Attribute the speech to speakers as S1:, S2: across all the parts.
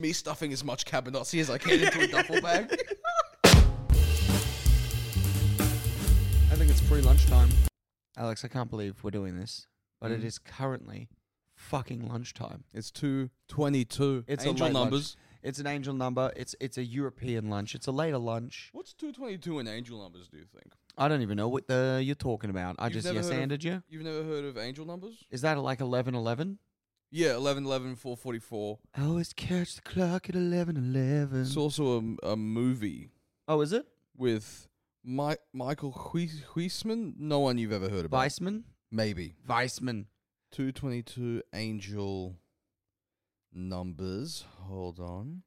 S1: me stuffing as much Cabanossi as I can into a duffel bag. I think it's pre lunchtime.
S2: Alex, I can't believe we're doing this, but it
S1: Mm.
S2: is currently fucking lunchtime.
S1: It's two twenty-two.
S2: It's a
S1: angel
S2: late
S1: numbers.
S2: It's an angel number. It's it's a European lunch. It's a later lunch.
S1: What's two twenty-two in angel numbers? Do you think
S2: I don't even know what the you're talking about. I
S1: You've
S2: just
S1: never
S2: yes
S1: heard of-
S2: anded you.
S1: you've never heard of angel numbers?
S2: Is that like eleven eleven?
S1: Yeah, eleven, eleven, four forty-four.
S2: I always catch the clock at eleven eleven.
S1: It's also a m- a, movie
S2: oh, is it?
S1: with Mi- Michael Huis- Huisman. No one you've ever heard about.
S2: Weissman?
S1: Maybe
S2: Weissman.
S1: two twenty-two angel numbers. Hold on.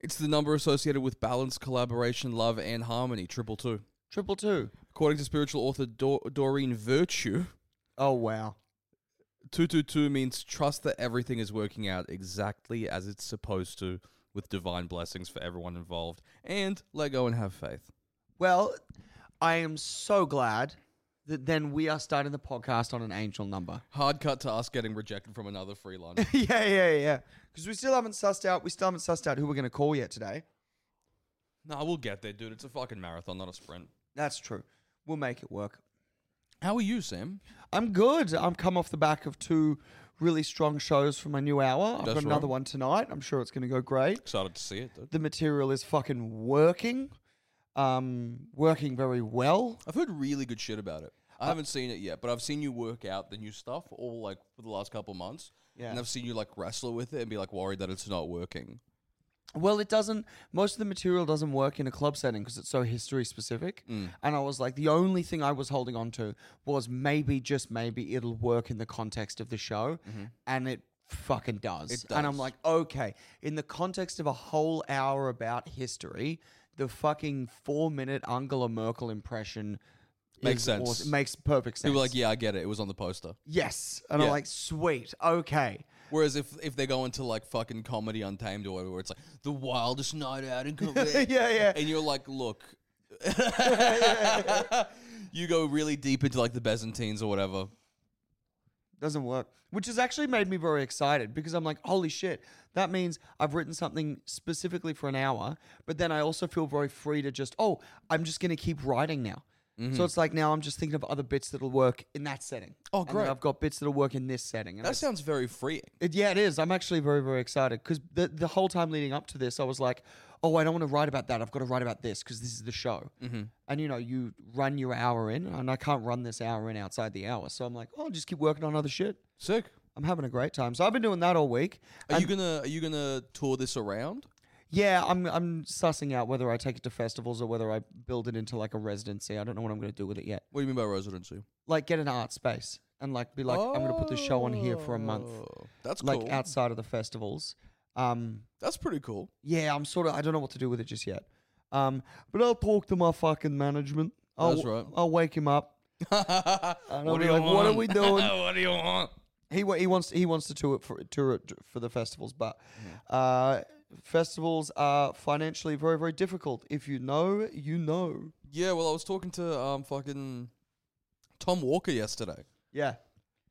S1: It's the number associated with balance, collaboration, love, and harmony. Triple two.
S2: Triple two.
S1: According to spiritual author Dor- Doreen Virtue,
S2: Oh wow.
S1: 222 means trust that everything is working out exactly as it's supposed to with divine blessings for everyone involved and let go and have faith.
S2: Well, I am so glad that then we are starting the podcast on an angel number.
S1: Hard cut to us getting rejected from another free lunch.
S2: yeah, yeah, yeah. Because we still haven't sussed out. We still haven't sussed out who we're going to call yet today.
S1: nah, we'll get there, dude. It's a fucking marathon, not a sprint.
S2: That's true. We'll make it work.
S1: How are you, Sam?
S2: I'm good. I'm come off the back of two really strong shows from my new hour. I've
S1: That's
S2: got another
S1: right.
S2: one tonight. I'm sure it's going to go great.
S1: Excited to see it, dude.
S2: The material is fucking working, um, working very well.
S1: I've heard really good shit about it. I haven't seen it yet, but I've seen you work out the new stuff all like for the last couple months.
S2: Yeah.
S1: And I've seen you like wrestle with it and be like worried that it's not working.
S2: Well, it doesn't. Most of the material doesn't work in a club setting because it's so history specific.
S1: Mm.
S2: And I was like, the only thing I was holding on to was maybe, just maybe, it'll work in the context of the show, and it fucking does.
S1: Mm-hmm. It
S2: And I'm
S1: does.
S2: like, okay, in the context of a whole hour about history, the fucking four minute Angela Merkel impression
S1: Makes
S2: is
S1: sense.
S2: awesome. Makes perfect sense.
S1: People are like, yeah, I get it. It was on the poster.
S2: yes, and I'm
S1: Yeah.
S2: like, sweet, okay.
S1: Whereas if if they go into like fucking comedy untamed or whatever, where it's like the wildest night out in comedy,
S2: Yeah, yeah.
S1: and you're like, look, you go really deep into like the Byzantines or whatever.
S2: doesn't work which has actually made me very excited because i'm like holy shit that means i've written something specifically for an hour but then i also feel very free to just oh i'm just going to keep writing now so it's like now i'm just thinking of other bits that'll work in that setting
S1: Mm-hmm. Oh,
S2: And then
S1: great.
S2: i've got bits that'll work in this setting and I
S1: That sounds very freeing.
S2: it, yeah, it is. I'm actually very, very excited because the, the whole time leading up to this, I was like, oh, I don't want to write about that. I've got to write about this because this is the show.
S1: Mm-hmm.
S2: And, you know, you run your hour in, and I can't run this hour in outside the hour. So I'm like, oh, I'll just keep working on other shit.
S1: Sick.
S2: I'm having a great time. So I've been doing that all week.
S1: Are you gonna are you gonna tour this around?
S2: Yeah, I'm, I'm sussing out whether I take it to festivals or whether I build it into like a residency. I don't know what I'm going to do with it yet.
S1: What do you mean by residency?
S2: Like, get an art space and, like, be like, I'm going to put this show on here for a month,
S1: Oh, That's
S2: like,
S1: cool.
S2: outside of the festivals. Um,
S1: That's pretty cool.
S2: Yeah, I'm sort of. I don't know what to do with it just yet. Um, but I'll talk to my fucking management. I'll,
S1: That's right.
S2: I'll wake him up. And I'll
S1: What do
S2: be
S1: you
S2: like, What are
S1: want?
S2: we doing?
S1: what do you want?
S2: he wa- he wants he wants to tour it for tour it for the festivals, but uh, festivals are financially very very difficult. If you know, you know.
S1: Yeah. Well, I was talking to um fucking Tom Walker yesterday.
S2: Yeah.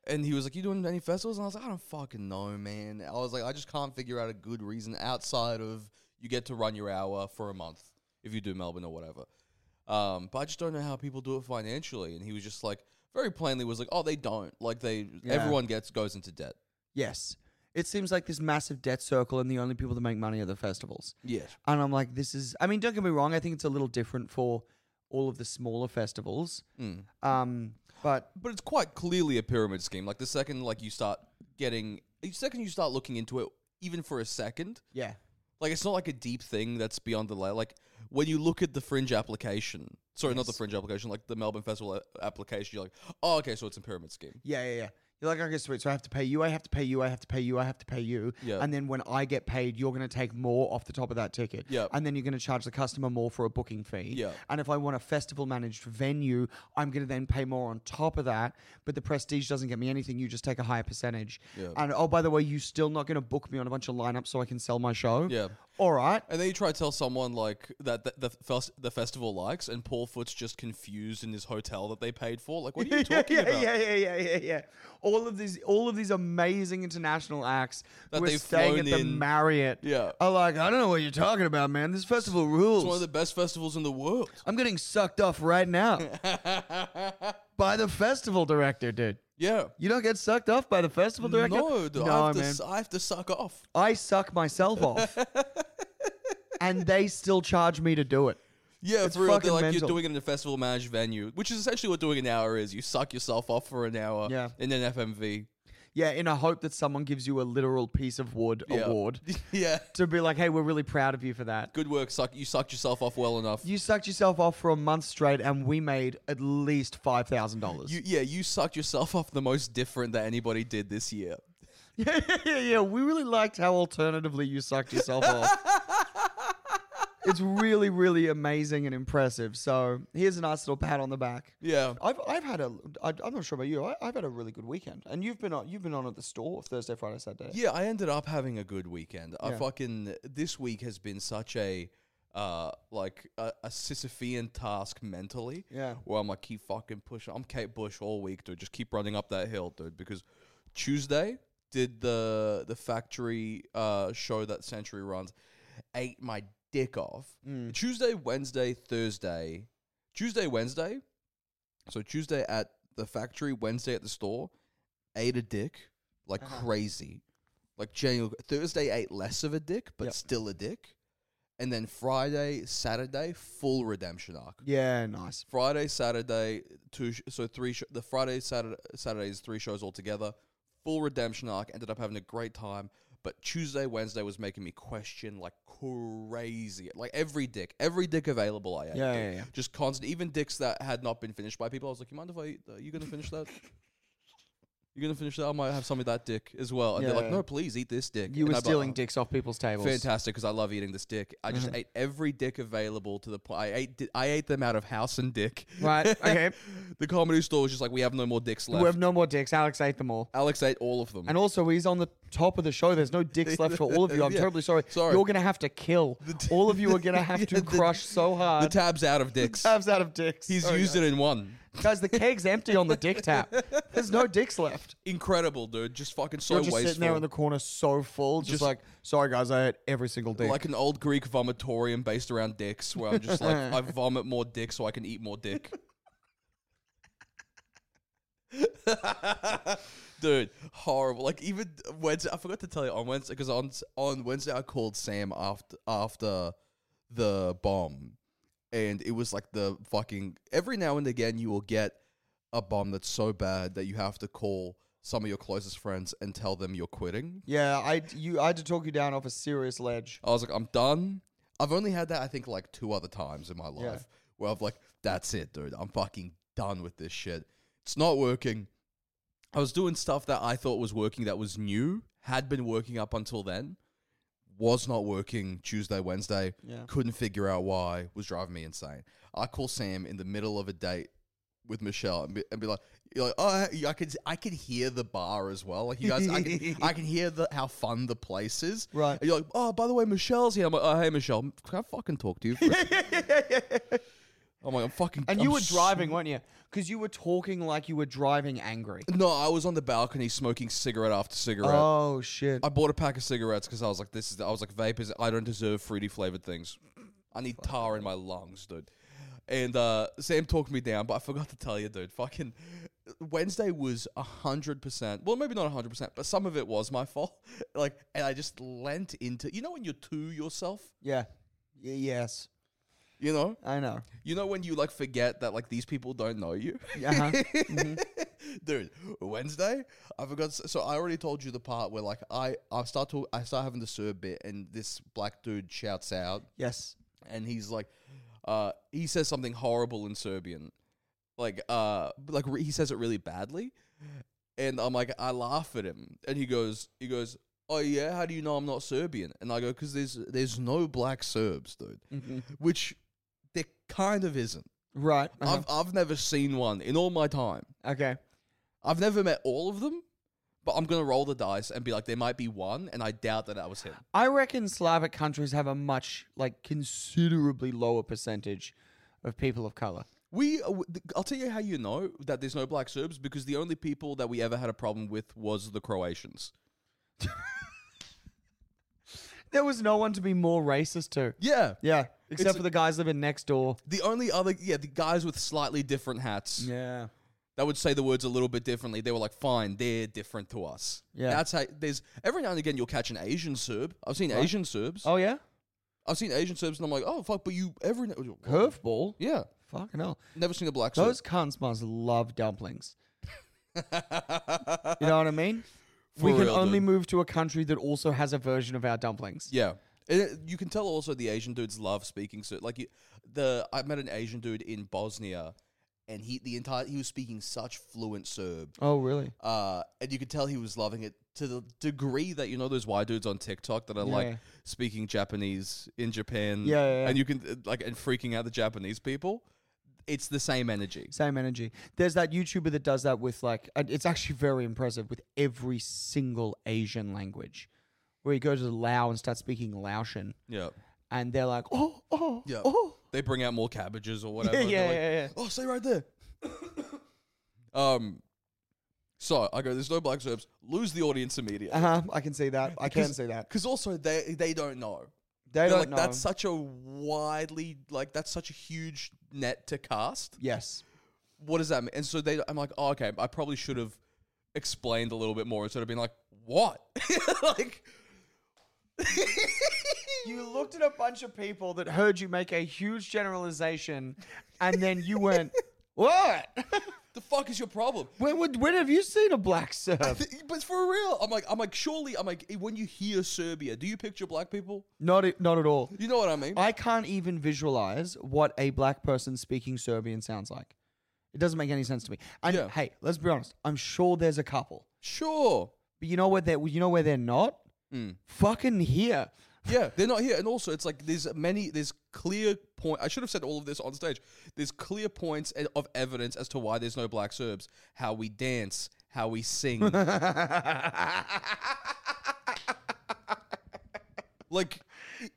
S1: And he was like, "You doing any festivals?" And I was like, "I don't fucking know, man." I was like, "I just can't figure out a good reason outside of you get to run your hour for a month if you do Melbourne or whatever." Um, but I just don't know how people do it financially. And he was just like, very plainly, was like, "Oh, they don't. Like they,
S2: Yeah.
S1: everyone gets goes into debt."
S2: Yes. It seems like this massive debt circle, and the only people that make money are the festivals.
S1: Yes.
S2: And I'm like, this is. I mean, don't get me wrong. I think it's a little different for all of the smaller festivals. Um, but
S1: But it's quite clearly a pyramid scheme. Like the second, like you start getting, the second you start looking into it, even for a second,
S2: yeah,
S1: Like it's not like a deep thing that's beyond the layer. Like when you look at the fringe application, sorry, not the
S2: Yes.
S1: fringe application, like the Melbourne Festival a- application, you're like, oh, okay, so it's a pyramid scheme.
S2: Yeah, yeah, yeah. You're like, okay, sweet. So I have to pay you, I have to pay you, I have to pay you, I have to pay you.
S1: Yeah.
S2: And then when I get paid, you're going to take more off the top of that ticket.
S1: Yeah.
S2: And then you're going to charge the customer more for a booking fee.
S1: Yeah.
S2: And if I want a festival managed venue, I'm going to then pay more on top of that. But the prestige doesn't get me anything. You just take a higher percentage.
S1: Yeah.
S2: And oh, by the way, you're still not going to book me on a bunch of lineups so I can sell my show.
S1: Yeah,
S2: All right.
S1: And then you try to tell someone like that the the, fes- the festival likes, and Paul Foot's just confused in his hotel that they paid for. Like, what are you talking
S2: yeah,
S1: about?
S2: yeah, yeah, yeah, yeah, yeah. All of these, all of these amazing international acts
S1: That
S2: who are
S1: they've
S2: staying at
S1: flown
S2: the
S1: in.
S2: Marriott.
S1: Yeah.
S2: are like, I don't know what you're talking about, man. This festival rules.
S1: It's one of the best festivals in the world.
S2: I'm getting sucked off right now by the festival director, dude.
S1: yeah.
S2: You don't get sucked off by the festival director.
S1: No, dude, I,
S2: uh, no,
S1: have to,
S2: man.
S1: s- I have to suck off.
S2: I suck myself off, and they still charge me to do it.
S1: Yeah,
S2: It's
S1: for real.
S2: fucking
S1: They're like
S2: mental.
S1: you're doing it in a festival managed venue, which is essentially what doing an hour is. You suck yourself off for an hour
S2: Yeah.
S1: in an FMV.
S2: Yeah, in a hope that someone gives you a literal piece of wood
S1: Yeah.
S2: award
S1: yeah.
S2: to be like, hey, we're really proud of you for that.
S1: Good work, suck you sucked yourself off well enough.
S2: You sucked yourself off for a month straight, and we made at least five thousand dollars.
S1: You, yeah, you sucked yourself off the most different that anybody did this year.
S2: Yeah, yeah, yeah, yeah. We really liked how alternatively you sucked yourself off. It's really, really amazing and impressive. So here's a nice little pat on the back.
S1: Yeah.
S2: I've I've had a I, I'm not sure about you. I, I've had a really good weekend, and you've been on you've been on at the store Thursday, Friday, Saturday.
S1: Yeah, I ended up having a good weekend. I
S2: Yeah.
S1: fucking this week has been such a uh like a, a Sisyphean task mentally.
S2: Yeah.
S1: Where I'm like keep fucking pushing. I'm Kate Bush all week, dude. Just keep running up that hill, dude, because Tuesday did the the factory uh show that Century runs. Ate my dick off.
S2: Mm.
S1: Tuesday, Wednesday, Thursday. Tuesday, Wednesday. So Tuesday at the factory, Wednesday at the store, ate a dick like
S2: Uh-huh.
S1: crazy. Like genuine Thursday ate less of a dick, but
S2: Yep.
S1: still a dick. And then Friday, Saturday, full redemption arc.
S2: Yeah, nice.
S1: Friday, Saturday, two sh- so three sh- the Friday Saturday Saturdays three shows altogether. Full redemption arc ended up having a great time, but Tuesday, Wednesday was making me question like crazy. Like every dick, every dick available I ate.
S2: Yeah,
S1: dude.
S2: yeah, yeah.
S1: Just constant even dicks that had not been finished by people. I was like, "You mind if I eat that? you going to finish that?" You're gonna finish that. I might have some of that dick as well, and
S2: Yeah,
S1: they're like,
S2: yeah.
S1: "No, please eat this dick."
S2: You
S1: And
S2: were
S1: I'm like,
S2: stealing Mm-hmm.
S1: "Oh."
S2: dicks off people's tables.
S1: Fantastic, because I love eating this dick. I just ate every dick available to the point. I ate, di- I ate them out of house and dick.
S2: Right, okay.
S1: the comedy store was just like, we have no more dicks
S2: We
S1: left.
S2: have no more dicks. Alex ate them all.
S1: Alex ate all of them.
S2: And also, he's on the top of the show. There's no dicks left for all of you. I'm
S1: Yeah.
S2: terribly sorry.
S1: Sorry.
S2: You're going to have to kill. all of you are going to have
S1: Yeah,
S2: to
S1: the-
S2: crush so
S1: the
S2: hard.
S1: tab's out of dicks.
S2: Tabs out of dicks. Oh,
S1: He's
S2: Sorry,
S1: used it in one.
S2: guys. Guys, the keg's empty on the dick tap. There's no dicks left.
S1: Incredible, dude. Just fucking so
S2: You're just
S1: wasteful.
S2: sitting there in the corner so full, just,
S1: Just-
S2: like, sorry, guys, I ate every single dick.
S1: like an old Greek vomitorium based around dicks, where I'm just like, I vomit more dick so I can eat more dick. Dude, horrible. Like even Wednesday, I forgot to tell you on Wednesday because on on Wednesday I called Sam after after the bomb, and it was like the fucking every now and again you will get a bomb that's so bad that you have to call some of your closest friends and tell them you're quitting.
S2: yeah, I, you, I had to talk you down off a serious ledge.
S1: I was like, I'm done. I've only had that, I think, like two other times in my life where I've like, that's it, dude. I'm fucking done with this shit. It's not working. I was doing stuff that I thought was working that was new, had been working up until then, was not working Tuesday, Wednesday,
S2: Yeah.
S1: couldn't figure out why, was driving me insane. I call Sam in the middle of a date with Michelle and be, and be like, you're like, oh, I- I could, I could hear the bar as well. Like you guys, I can, I can hear the how fun the place is.
S2: Right.
S1: And you're like, oh, by the way, Michelle's here. I'm like, oh, hey, Michelle, can I fucking talk to you? For a sec?" I'm like, I'm fucking.
S2: And
S1: I'm
S2: you were
S1: s-
S2: driving, weren't you? Because you were talking like you were driving angry.
S1: No, I was on the balcony smoking cigarette after cigarette.
S2: Oh, shit.
S1: I bought a pack of cigarettes because I was like, this is. I was like, vapors. I don't deserve fruity flavored things. I need tar in my lungs, dude. And uh, Sam talked me down, but I forgot to tell you, dude. Fucking Wednesday was hundred percent. Well, maybe not hundred percent, but some of it was my fault. Like, and I just lent into. You know when you're to yourself.
S2: Yeah. Y- yes.
S1: You know.
S2: I know.
S1: You know when you like forget that like these people don't know you.
S2: Uh-huh.
S1: dude wednesday i forgot so i already told you the part where like i i start to i start having the serb bit and this black dude shouts out
S2: yes.
S1: and he's like uh he says something horrible in serbian like uh like re- he says it really badly and i'm like i laugh at him and he goes he goes oh yeah how do you know i'm not serbian and i go because there's there's no black serbs dude
S2: Mm-hmm.
S1: which there kind of isn't
S2: Right. uh-huh.
S1: I've, I've never seen one in all my time
S2: okay.
S1: I've never met all of them, but I'm gonna roll the dice and be like, there might be one, and I doubt that that was him.
S2: I reckon Slavic countries have a much like considerably lower percentage of people of color.
S1: We, uh, w- th- I'll tell you how you know that there's no black Serbs because the only people that we ever had a problem with was the Croatians.
S2: There was no one to be more racist to.
S1: Yeah,
S2: Yeah, except
S1: It's-
S2: for the guys living next door.
S1: the only other, yeah, the guys with slightly different hats
S2: Yeah.
S1: that would say the words a little bit differently. They were like, fine, they're different to us.
S2: Yeah.
S1: that's how. There's every now and again you'll catch an Asian Serb. I've seen Asian Serbs.
S2: Oh yeah.
S1: I've seen Asian Serbs, and I'm like, oh fuck, but you every now-
S2: Curveball.
S1: yeah,
S2: Fucking hell.
S1: never seen a black Serb.
S2: Those cunts must love dumplings. You know what I mean? we
S1: For
S2: can
S1: real,
S2: only
S1: dude.
S2: move to a country that also has a version of our dumplings.
S1: Yeah. And it- you can tell also the Asian dudes love speaking so like you, the I met an Asian dude in Bosnia and he the entire he was speaking such fluent Serb.
S2: Oh really?
S1: Uh, and you could tell he was loving it to the degree that you know those white dudes on TikTok that are
S2: Yeah.
S1: like speaking Japanese in Japan.
S2: Yeah, yeah, yeah.
S1: And you can uh, like and freaking out the Japanese people. It's the same energy.
S2: Same energy. There's that YouTuber that does that with like, and it's actually very impressive with every single Asian language, where he goes to Lao and starts speaking Laotian,
S1: Yeah.
S2: and they're like, oh, oh,
S1: Yeah.
S2: oh,
S1: They bring out more cabbages or whatever. and
S2: yeah,
S1: they're like,
S2: yeah, yeah.
S1: Oh, stay right there. um, so I go. There's no black Serbs. Lose the audience immediately.
S2: Uh huh. I can see that. I can see that.
S1: Because also they they don't know.
S2: They
S1: They're
S2: don't
S1: like
S2: know.
S1: that's such a widely like that's such a huge net to cast.
S2: yes.
S1: What does that mean? And so they, I'm like, oh, okay. I probably should have explained a little bit more instead of being like, what? like,
S2: You looked at a bunch of people that heard you make a huge generalization, and then you went, what?
S1: the fuck is your problem?
S2: when would when have you seen a black serve?
S1: Th- But for real, I'm like, I'm like, surely, I'm like, eh, when you hear Serbia, do you picture black people?
S2: not a- not at all.
S1: You know what I mean?
S2: I can't even visualize what a black person speaking Serbian sounds like. It doesn't make any sense to me. And
S1: Yeah.
S2: hey, let's be honest. I'm sure there's a couple,
S1: sure.
S2: but you know where they are you know where they're not. Hmm. Fucking here.
S1: Yeah, they're not here. And also, it's like there's many, there's clear point. I should have said all of this on stage. There's clear points e- of evidence as to why there's no black Serbs. How we dance, how we sing. like,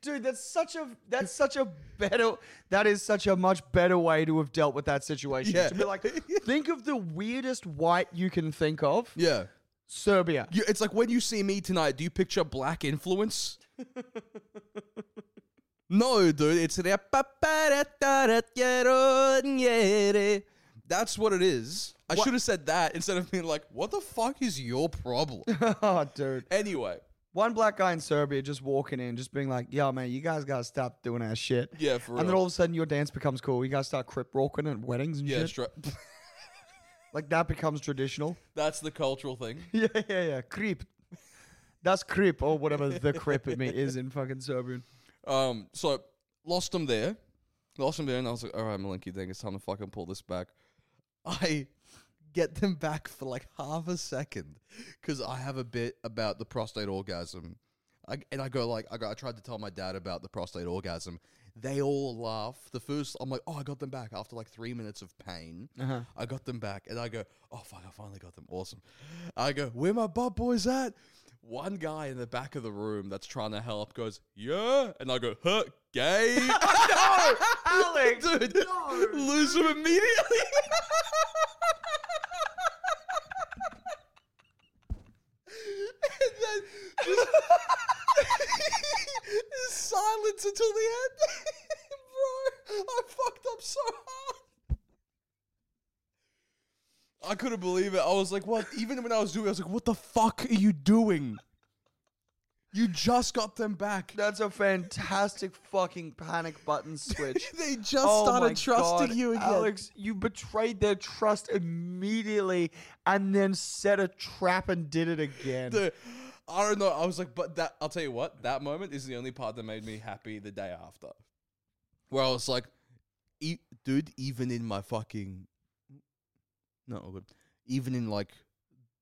S2: Dude, that's such a that's such a better that is such a much better way to have dealt with that situation.
S1: Yeah.
S2: To be like, think of the weirdest white you can think of.
S1: yeah.
S2: Serbia.
S1: You, it's like when you see me tonight, do you picture black influence? no, dude. It's that's what it is. I should have said that instead of being like, what the fuck is your problem?
S2: oh, dude.
S1: Anyway,
S2: One black guy in Serbia just walking in, just being like, yo, man, you guys gotta stop doing that shit.
S1: Yeah, for
S2: And then
S1: real.
S2: all of a sudden your dance becomes cool. You guys start crip walking at weddings and
S1: yeah,
S2: shit.
S1: stra-
S2: Like that becomes traditional.
S1: that's the cultural thing.
S2: yeah, yeah, yeah. Creep. That's creep or whatever the creep it me is in fucking Serbian.
S1: Um, so lost them there, lost them there, and I was like, all right, Malenki, thing, it's time to fucking pull this back. I get them back for like half a second because I have a bit about the prostate orgasm, I, and I go like, I, go, I tried to tell my dad about the prostate orgasm. They all laugh. The first, I'm like, oh, I got them back after like three minutes of pain. I got them back, and I go, oh fuck, I finally got them. Awesome. I go, where my butt boys at? One guy in the back of the room that's trying to help goes, yeah, and I go, huh, gay.
S2: Alex!
S1: dude. Lose him immediately. and then just silence until the end. Bro, I fucked up so hard. I couldn't believe it. I was like, what? Even when I was doing it, I was like, what the fuck are you doing? You just got them back.
S2: That's a fantastic fucking panic button switch.
S1: They just
S2: Oh my
S1: started trusting
S2: God,
S1: you again.
S2: Alex, you betrayed their trust immediately and then set a trap and did it again.
S1: the I don't know. I was like, but that I'll tell you what, that moment is the only part that made me happy the day after. Where I was like, e- dude, even in my fucking no, all good. Even in like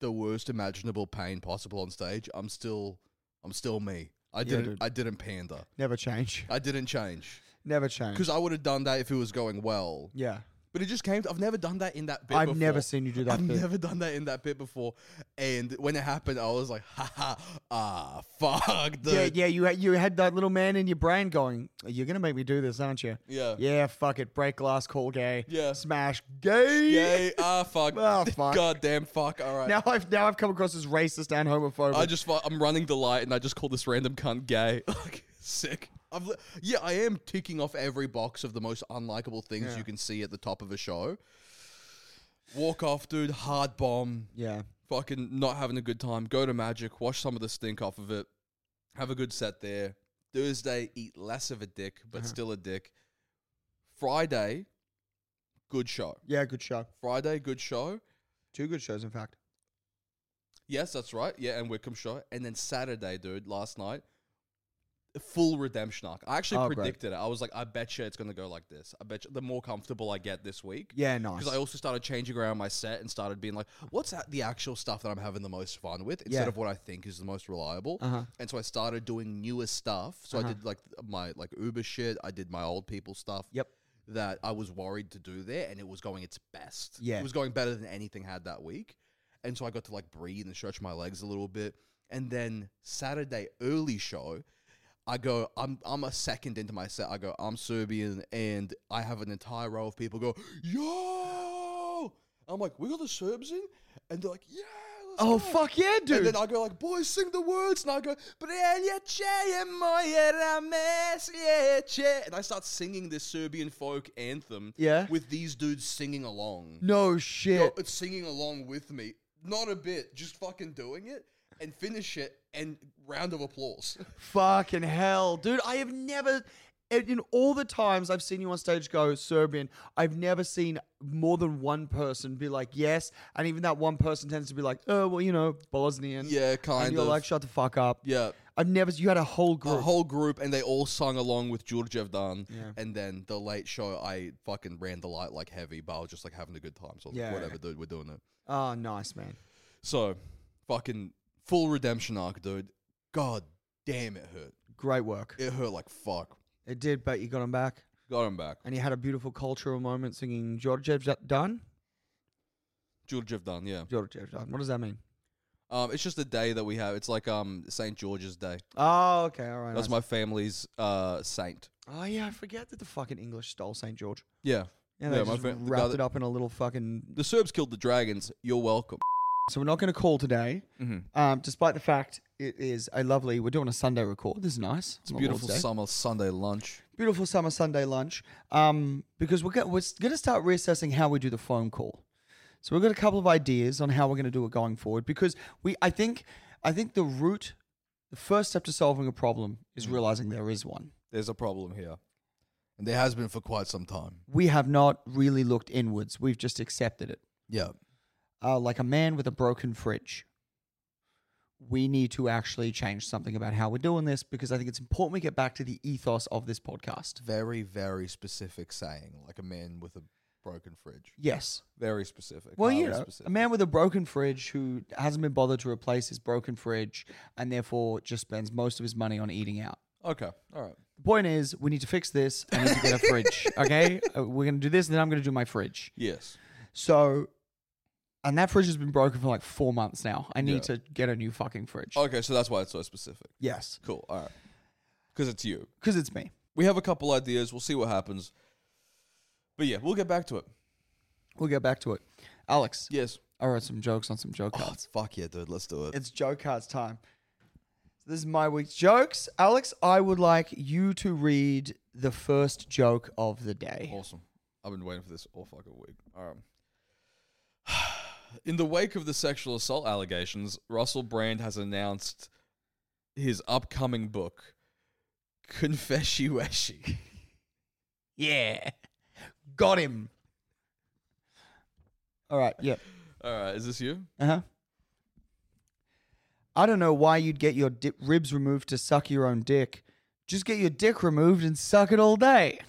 S1: the worst imaginable pain possible on stage, I'm still I'm still me. I didn't
S2: dude.
S1: I didn't pander.
S2: Never change.
S1: I didn't change.
S2: Never change.
S1: Because I would have done that if it was going well.
S2: Yeah.
S1: But it just came. To, I've never done that in that bit.
S2: I've
S1: before.
S2: never seen you do that
S1: I've
S2: bit.
S1: never done that in that bit before. And when it happened, I was like, "Ha ha, ah, fuck,
S2: Yeah,
S1: dude."
S2: yeah. You had, you had that little man in your brain going, "You're gonna make me do this, aren't you?"
S1: Yeah.
S2: Yeah, fuck it. Break glass, call gay.
S1: Yeah.
S2: Smash gay.
S1: Yay! Ah, fuck.
S2: Ah, fuck.
S1: God damn, fuck. All right.
S2: Now I've now I've come across as racist and homophobic.
S1: I just fu- I'm running the light and I just call this random cunt gay. Like sick. I've li- yeah, I am ticking off every box of the most unlikable things you can see at the top of a show. Walk off, dude. Hard bomb.
S2: yeah.
S1: Fucking not having a good time. Go to Magic. Wash some of the stink off of it. Have a good set there. Thursday, eat less of a dick,
S2: Uh-huh.
S1: but still a dick. Friday, good show.
S2: Yeah. Good show.
S1: Friday, good show.
S2: Two good shows, in fact.
S1: Yes, that's right. Yeah, and Wickham Show. And then Saturday, dude, last night, full redemption arc. I actually
S2: Oh, great.
S1: predicted it. I was like, I bet you it's going to go like this. I bet you the more comfortable I get this week.
S2: Yeah. Nice.
S1: Because I also started changing around my set and started being like, what's that, the actual stuff that I'm having the most fun with instead
S2: Yeah.
S1: of what I think is the most reliable?
S2: Uh-huh.
S1: And so I started doing newer stuff. So I
S2: Uh-huh.
S1: did like my like Uber shit. I did my old people stuff
S2: Yep.
S1: that I was worried to do there, and it was going its best.
S2: Yeah.
S1: it was going better than anything had that week, and so I got to like breathe and stretch my legs a little bit. And then Saturday early show, I go, I'm I'm a second into my set. I go, I'm Serbian, and I have an entire row of people go, yo. I'm like, we got the Serbs in, and they're like, yeah. let's go."
S2: Oh fuck yeah, dude.
S1: And then I go like, boys, sing the words, and I go, "Preljeće moje ramesjeće," and I start singing this Serbian folk anthem
S2: Yeah.
S1: with these dudes singing along.
S2: no
S1: Yo, uh,
S2: shit.
S1: it's singing along with me, not a bit, just fucking doing it, and finish it, and round of applause.
S2: Fucking hell, dude. I have never, in in all the times I've seen you on stage go Serbian, I've never seen more than one person be like, yes. And even that one person tends to be like, oh, well, you know, Bosnian.
S1: yeah, kind
S2: And you're
S1: of.
S2: like, shut the fuck up.
S1: yeah.
S2: I've never, you had a whole
S1: A
S2: group.
S1: whole group, and they all sung along with Georgiev Dan.
S2: Yeah.
S1: And then the late show, I fucking ran the light like heavy, but I was just like having a good time. So I was
S2: Yeah.
S1: like, whatever, dude, we're doing it.
S2: oh, nice, man.
S1: So, fucking full redemption arc, dude. God damn, it hurt.
S2: Great work.
S1: It hurt like fuck.
S2: It did, but you got him back.
S1: Got him back.
S2: And you had a beautiful cultural moment singing Georgiev done.
S1: Georgiev done, yeah.
S2: Georgiev done. What does that mean?
S1: Um, it's just a day that we have. It's like um Saint George's Day.
S2: Oh, okay. All right.
S1: That's
S2: nice.
S1: my family's uh saint.
S2: Oh, yeah. I forget that the fucking English stole St. George.
S1: Yeah.
S2: Yeah, they
S1: Yeah, my
S2: just
S1: friend- the guy
S2: wrapped
S1: that-
S2: it up in a little fucking.
S1: The Serbs killed the dragons. You're welcome.
S2: So we're not going to call today,
S1: Mm-hmm.
S2: um, despite the fact it is a lovely. We're doing a Sunday record. This is nice.
S1: It's a beautiful summer Sunday lunch.
S2: beautiful summer Sunday lunch. Um, because we're go- we're going to start reassessing how we do the phone call. So we've got a couple of ideas on how we're going to do it going forward. Because we, I think, I think the root, the first step to solving a problem is realizing there is one.
S1: There's a problem here, and there has been for quite some time.
S2: We have not really looked inwards. We've just accepted it.
S1: Yeah.
S2: uh, like a man with a broken fridge. We need to actually change something about how we're doing this because I think it's important we get back to the ethos of this podcast.
S1: Very, very specific saying, like a man with a broken fridge.
S2: Yes. Uh,
S1: Very specific.
S2: Well, you
S1: highly
S2: know,
S1: specific.
S2: a man with a broken fridge who hasn't been bothered to replace his broken fridge and therefore just spends most of his money on eating out.
S1: Okay. All right.
S2: The point is, we need to fix this. I need to get a fridge. Okay. Uh, We're going to do this and then I'm going to do my fridge.
S1: Yes.
S2: So, and that fridge has been broken for like four months now. I need
S1: Yeah.
S2: to get a new fucking fridge.
S1: Okay, so that's why it's so specific.
S2: Yes.
S1: Cool. All right. Because it's you.
S2: Because it's me.
S1: We have a couple ideas. We'll see what happens. But yeah, we'll get back to it.
S2: We'll get back to it. Alex,
S1: Yes.
S2: I wrote some jokes on some joke
S1: Oh,
S2: cards.
S1: fuck yeah, dude. Let's do it.
S2: It's joke cards time. This is my week's jokes. Alex, I would like you to read the first joke of the day.
S1: Awesome. I've been waiting for this all fucking week. All right. In the wake of the sexual assault allegations, Russell Brand has announced his upcoming book, Confessuashi.
S2: Yeah. Got him. All right. Yep.
S1: All right, is this you?
S2: Uh huh. I don't know why you'd get your di- ribs removed to suck your own dick. Just get your dick removed and suck it all day.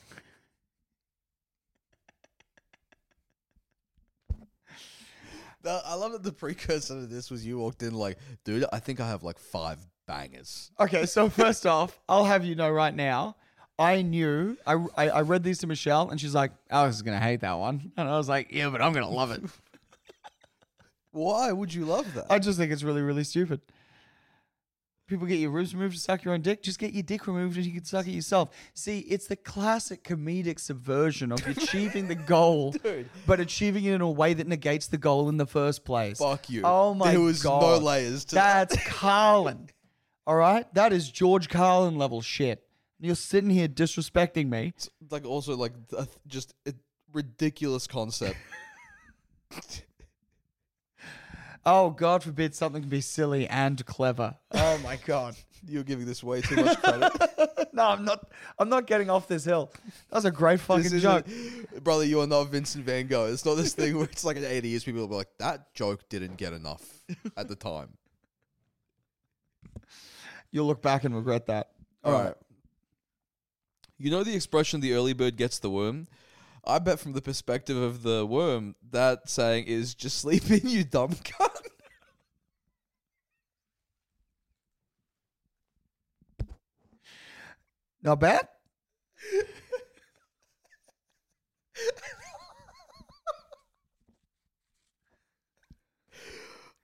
S1: I love that the precursor to this was you walked in like, dude, I think I have like five bangers.
S2: Okay, so first off, I'll have you know right now, I knew. I, I, I read these to Michelle, and she's like, "Alex is gonna hate that one," and I was like, "Yeah, but I'm gonna love it."
S1: Why would you love that?
S2: I just think it's really, really stupid. People get your ribs removed to suck your own dick. Just get your dick removed and you can suck it yourself. See, it's the classic comedic subversion of achieving the goal,
S1: Dude.
S2: but achieving it in a way that negates the goal in the first place.
S1: Fuck you.
S2: Oh my god.
S1: There was no layers to that.
S2: That's Carlin. All right? That is George Carlin level shit. And You're sitting here disrespecting me.
S1: It's like also like th- just a ridiculous concept.
S2: Oh, God forbid something can be silly and clever. Oh my god.
S1: You're giving this way too much credit.
S2: no, I'm not. I'm not getting off this hill. That was a great fucking
S1: This
S2: joke.
S1: isn't- brother. You are not Vincent Van Gogh. It's not this thing where it's like in 80 years people will be like that joke didn't get enough at the time.
S2: You'll look back and regret that. Um, All right.
S1: You know the expression "the early bird gets the worm." I bet from the perspective of the worm, that saying is just sleep in, you dumb cunt.
S2: Not bad.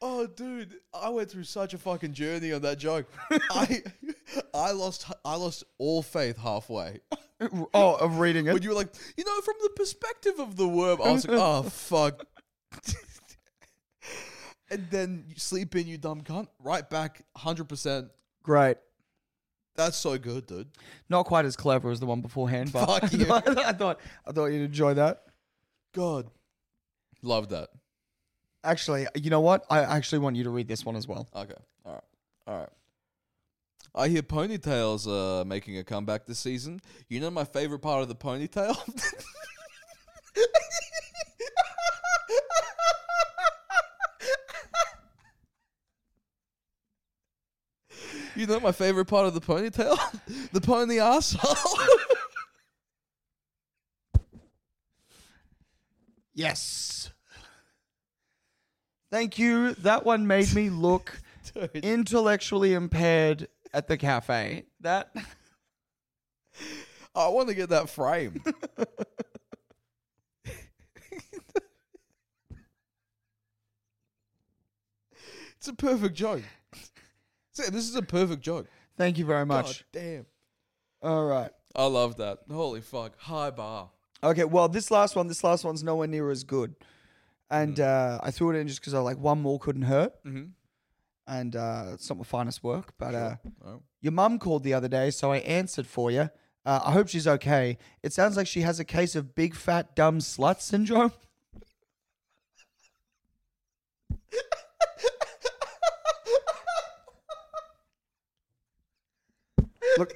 S1: Oh, dude, I went through such a fucking journey on that joke. I, I lost, I lost all faith halfway.
S2: Oh, of reading
S1: When
S2: it.
S1: you were like, you know, from the perspective of the worm, I was like, oh fuck. and then you sleep in, you dumb cunt. Right back, hundred percent.
S2: Great.
S1: That's so good, dude.
S2: Not quite as clever as the one beforehand, but
S1: Fuck you.
S2: I, thought, I thought you'd enjoy that.
S1: God, love that.
S2: Actually, you know what? I actually want you to read this one as well.
S1: Okay. All right. All right. I hear ponytails uh, making a comeback this season. You know my favorite part of the ponytail? you know my favorite part of the ponytail? the pony asshole.
S2: Yes. Thank you. That one made me look
S1: Dude,
S2: intellectually impaired at the cafe. That
S1: Oh, I want to get that framed. it's a perfect joke. See, This is a perfect joke.
S2: Thank you very much.
S1: God damn.
S2: All right.
S1: I love that. Holy fuck. High bar.
S2: Okay, well, this last one, this last one's nowhere near as good. And uh, I threw it in just because I like one more couldn't hurt.
S1: Mhm.
S2: And uh, it's not my finest work, but uh,
S1: Oh.
S2: your mum called the other day, so I answered for you. Uh, I hope she's okay. It sounds like she has a case of big fat dumb slut syndrome. Look,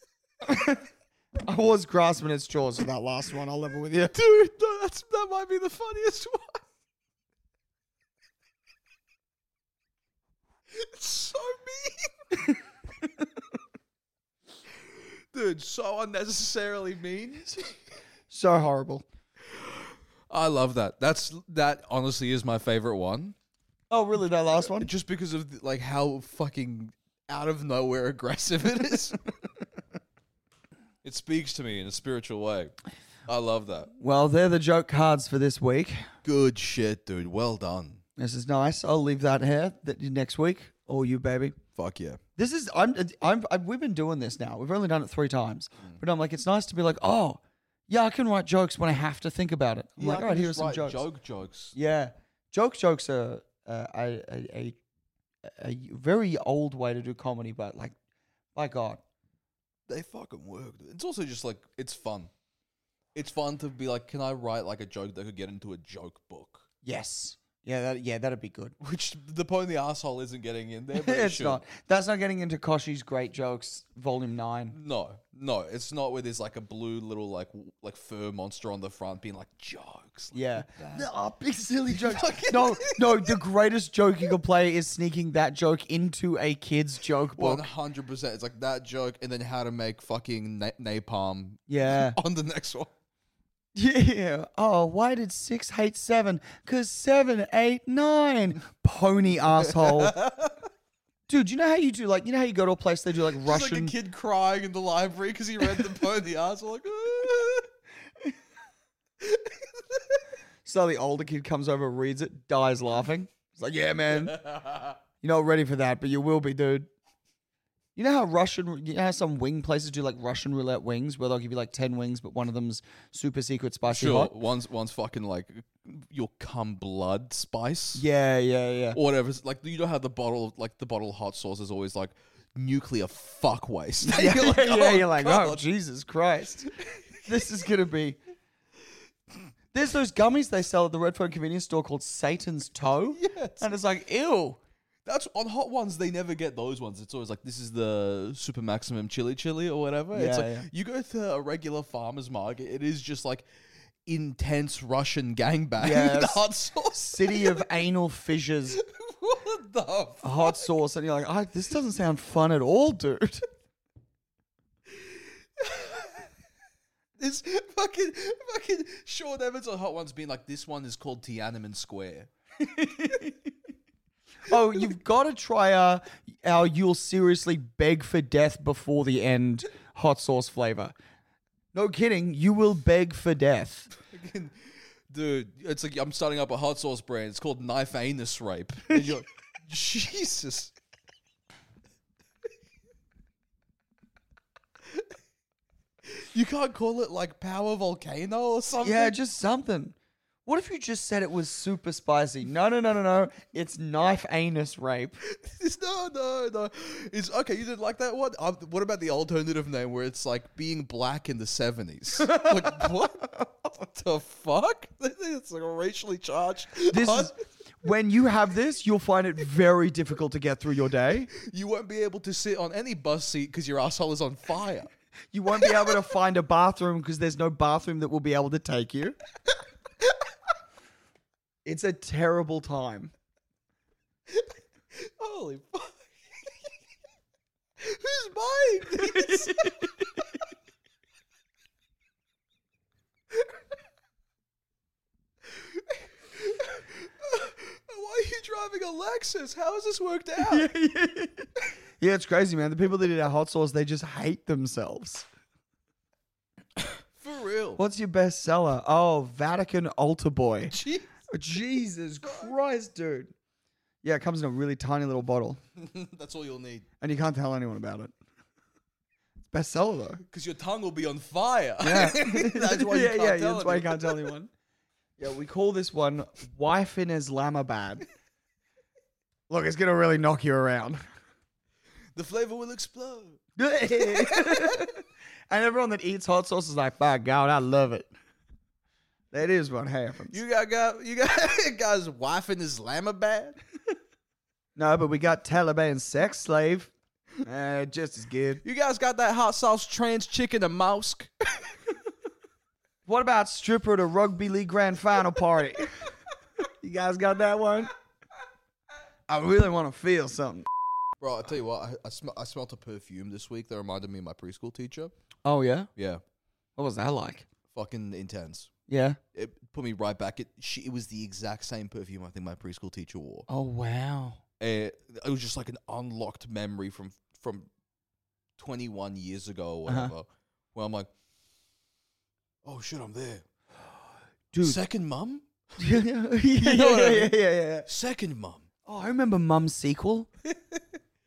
S2: I was grasping its jaws for that last one. I'll level with you.
S1: Dude, no, that's, that might be the funniest one. It's so mean. Dude, so unnecessarily mean.
S2: So horrible.
S1: I love that. That's that honestly is my favorite one.
S2: Oh, really? That last one?
S1: Just because of the- like how fucking out of nowhere aggressive it is. it speaks to me in a spiritual way. I love that.
S2: Well, they're the joke cards for this week.
S1: Good shit, dude. Well done.
S2: This is nice. I'll leave that here that next week. All you, baby.
S1: Fuck yeah.
S2: This is I'm, I'm i we've been doing this now. We've only done it three times, but I'm like it's nice to be like oh yeah I can write jokes when I have to think about it. I'm like all right here are some jokes.
S1: Joke jokes.
S2: Yeah, joke jokes are uh, a, a a a very old way to do comedy, but like by God,
S1: They fucking work. It's also just like it's fun. It's fun to be like, can I write like a joke that could get into a joke book?
S2: yes, yeah, that, yeah, that'd be good.
S1: Which the point the asshole isn't getting in there. But it
S2: it's
S1: should.
S2: not. That's not getting into Koshi's great jokes, volume nine.
S1: No, no, it's not where there's like a blue little like w- like fur monster on the front being like jokes. Like,
S2: Yeah. There are big silly jokes. no, no, the greatest joke you can play is sneaking that joke into a kid's joke
S1: One
S2: book.
S1: hundred percent. It's like that joke, and then how to make fucking na- napalm
S2: Yeah.
S1: on the next one.
S2: Yeah. Oh, why did six hate seven? Because seven, eight, nine. Pony asshole. Dude, you know how you do like you know how you go to a place they do like
S1: Just
S2: Russian
S1: like a kid crying in the library because he read the poem. The eyes were like,
S2: so the older kid comes over, reads it, dies laughing. It's like, yeah, man, you're not ready for that, but you will be, dude. You know how Russian you know how some wing places do like Russian roulette wings where they'll give you like ten wings, but one of them's super secret spicy
S1: sure.
S2: hot?
S1: One's one's fucking like your cum blood spice.
S2: Yeah, yeah, yeah.
S1: Or whatever. It's like you know how the bottle like the bottle of hot sauce is always like nuclear fuck waste.
S2: yeah,
S1: You're like,
S2: yeah,
S1: "Oh,
S2: you're like, oh
S1: God."
S2: Jesus Christ, this is gonna be. There's those gummies they sell at the Redfern convenience store called Satan's Toe,
S1: Yes.
S2: and it's like, ew.
S1: That's on hot ones. They never get those ones. It's always like this is the super maximum chili chili or whatever. it's
S2: Yeah,
S1: like
S2: yeah.
S1: you go to a regular farmer's market. It is just like intense Russian gangbang. with
S2: Yes.
S1: hot sauce.
S2: City of anal fissures,
S1: what the? F-
S2: hot sauce, and you're like, I, this doesn't sound fun at all, dude.
S1: this fucking fucking Sean Evans on hot ones being like this one is called Tiananmen Square.
S2: Oh, you've got to try our, our you'll seriously beg for death before the end hot sauce flavor. No kidding, you will beg for death.
S1: Fucking- Dude, it's like I'm starting up a hot sauce brand. It's called Knife Anus Rape. And you're Jesus. You can't call it like Power Volcano or something.
S2: Yeah, just something. What if you just said it was super spicy? No, no, no, no, no. It's knife anus rape.
S1: It's- no, no, no. It's okay. You didn't like that one. Uh, what about the alternative name where it's like being black in the seventies? like what? what the fuck? It's like racially charged.
S2: This is, when you have this, you'll find it very difficult to get through your day.
S1: you won't be able to sit on any bus seat because your asshole is on fire.
S2: You won't be able to find a bathroom because there's no bathroom that will be able to take you. It's a terrible time.
S1: Holy fuck! Who's buying these? Why are you driving a Lexus? How has this worked out?
S2: Yeah, it's crazy, man. The people that eat our hot sauce, they just hate themselves.
S1: For real.
S2: What's your best seller? Oh, Vatican Altar Boy.
S1: Gee.
S2: Jesus Christ, dude. Yeah, it comes in a really tiny little bottle,
S1: That's all you'll need.
S2: and you can't tell anyone about it. It's bestseller though.
S1: Because your tongue will be on fire. that's why you
S2: yeah,
S1: can't
S2: yeah,
S1: tell
S2: that's why you
S1: anyone.
S2: can't tell anyone. Yeah, we call this one "Wife in Islamabad." Look, it's gonna really knock you around.
S1: The flavor will explode.
S2: and everyone that eats hot sauce is like, "By God, I love it." That is what happens.
S1: You got, got you got guys wife in Islamabad.
S2: no, but we got Taliban sex slave. Uh, just as good.
S1: You guys got that hot sauce trans chicken and mosque.
S2: What about stripper at a rugby league grand final party? you guys got that one? I really want to feel something.
S1: Bro, I tell you what, I, I, sm- I smelt a perfume this week that reminded me of my preschool teacher.
S2: Oh yeah,
S1: Yeah,
S2: what was that like?
S1: fucking intense.
S2: Yeah.
S1: It put me right back. It she, it was the exact same perfume I think my preschool teacher wore.
S2: Oh wow.
S1: Eh, it was just like an unlocked memory from from 21 years ago or
S2: Uh-huh.
S1: whatever. Where I'm like, oh shit, I'm there.
S2: Dude.
S1: Second mum,
S2: yeah, yeah, yeah,
S1: what I
S2: yeah,
S1: mean?
S2: yeah, yeah.
S1: second mum,
S2: Oh, I remember Mum's sequel.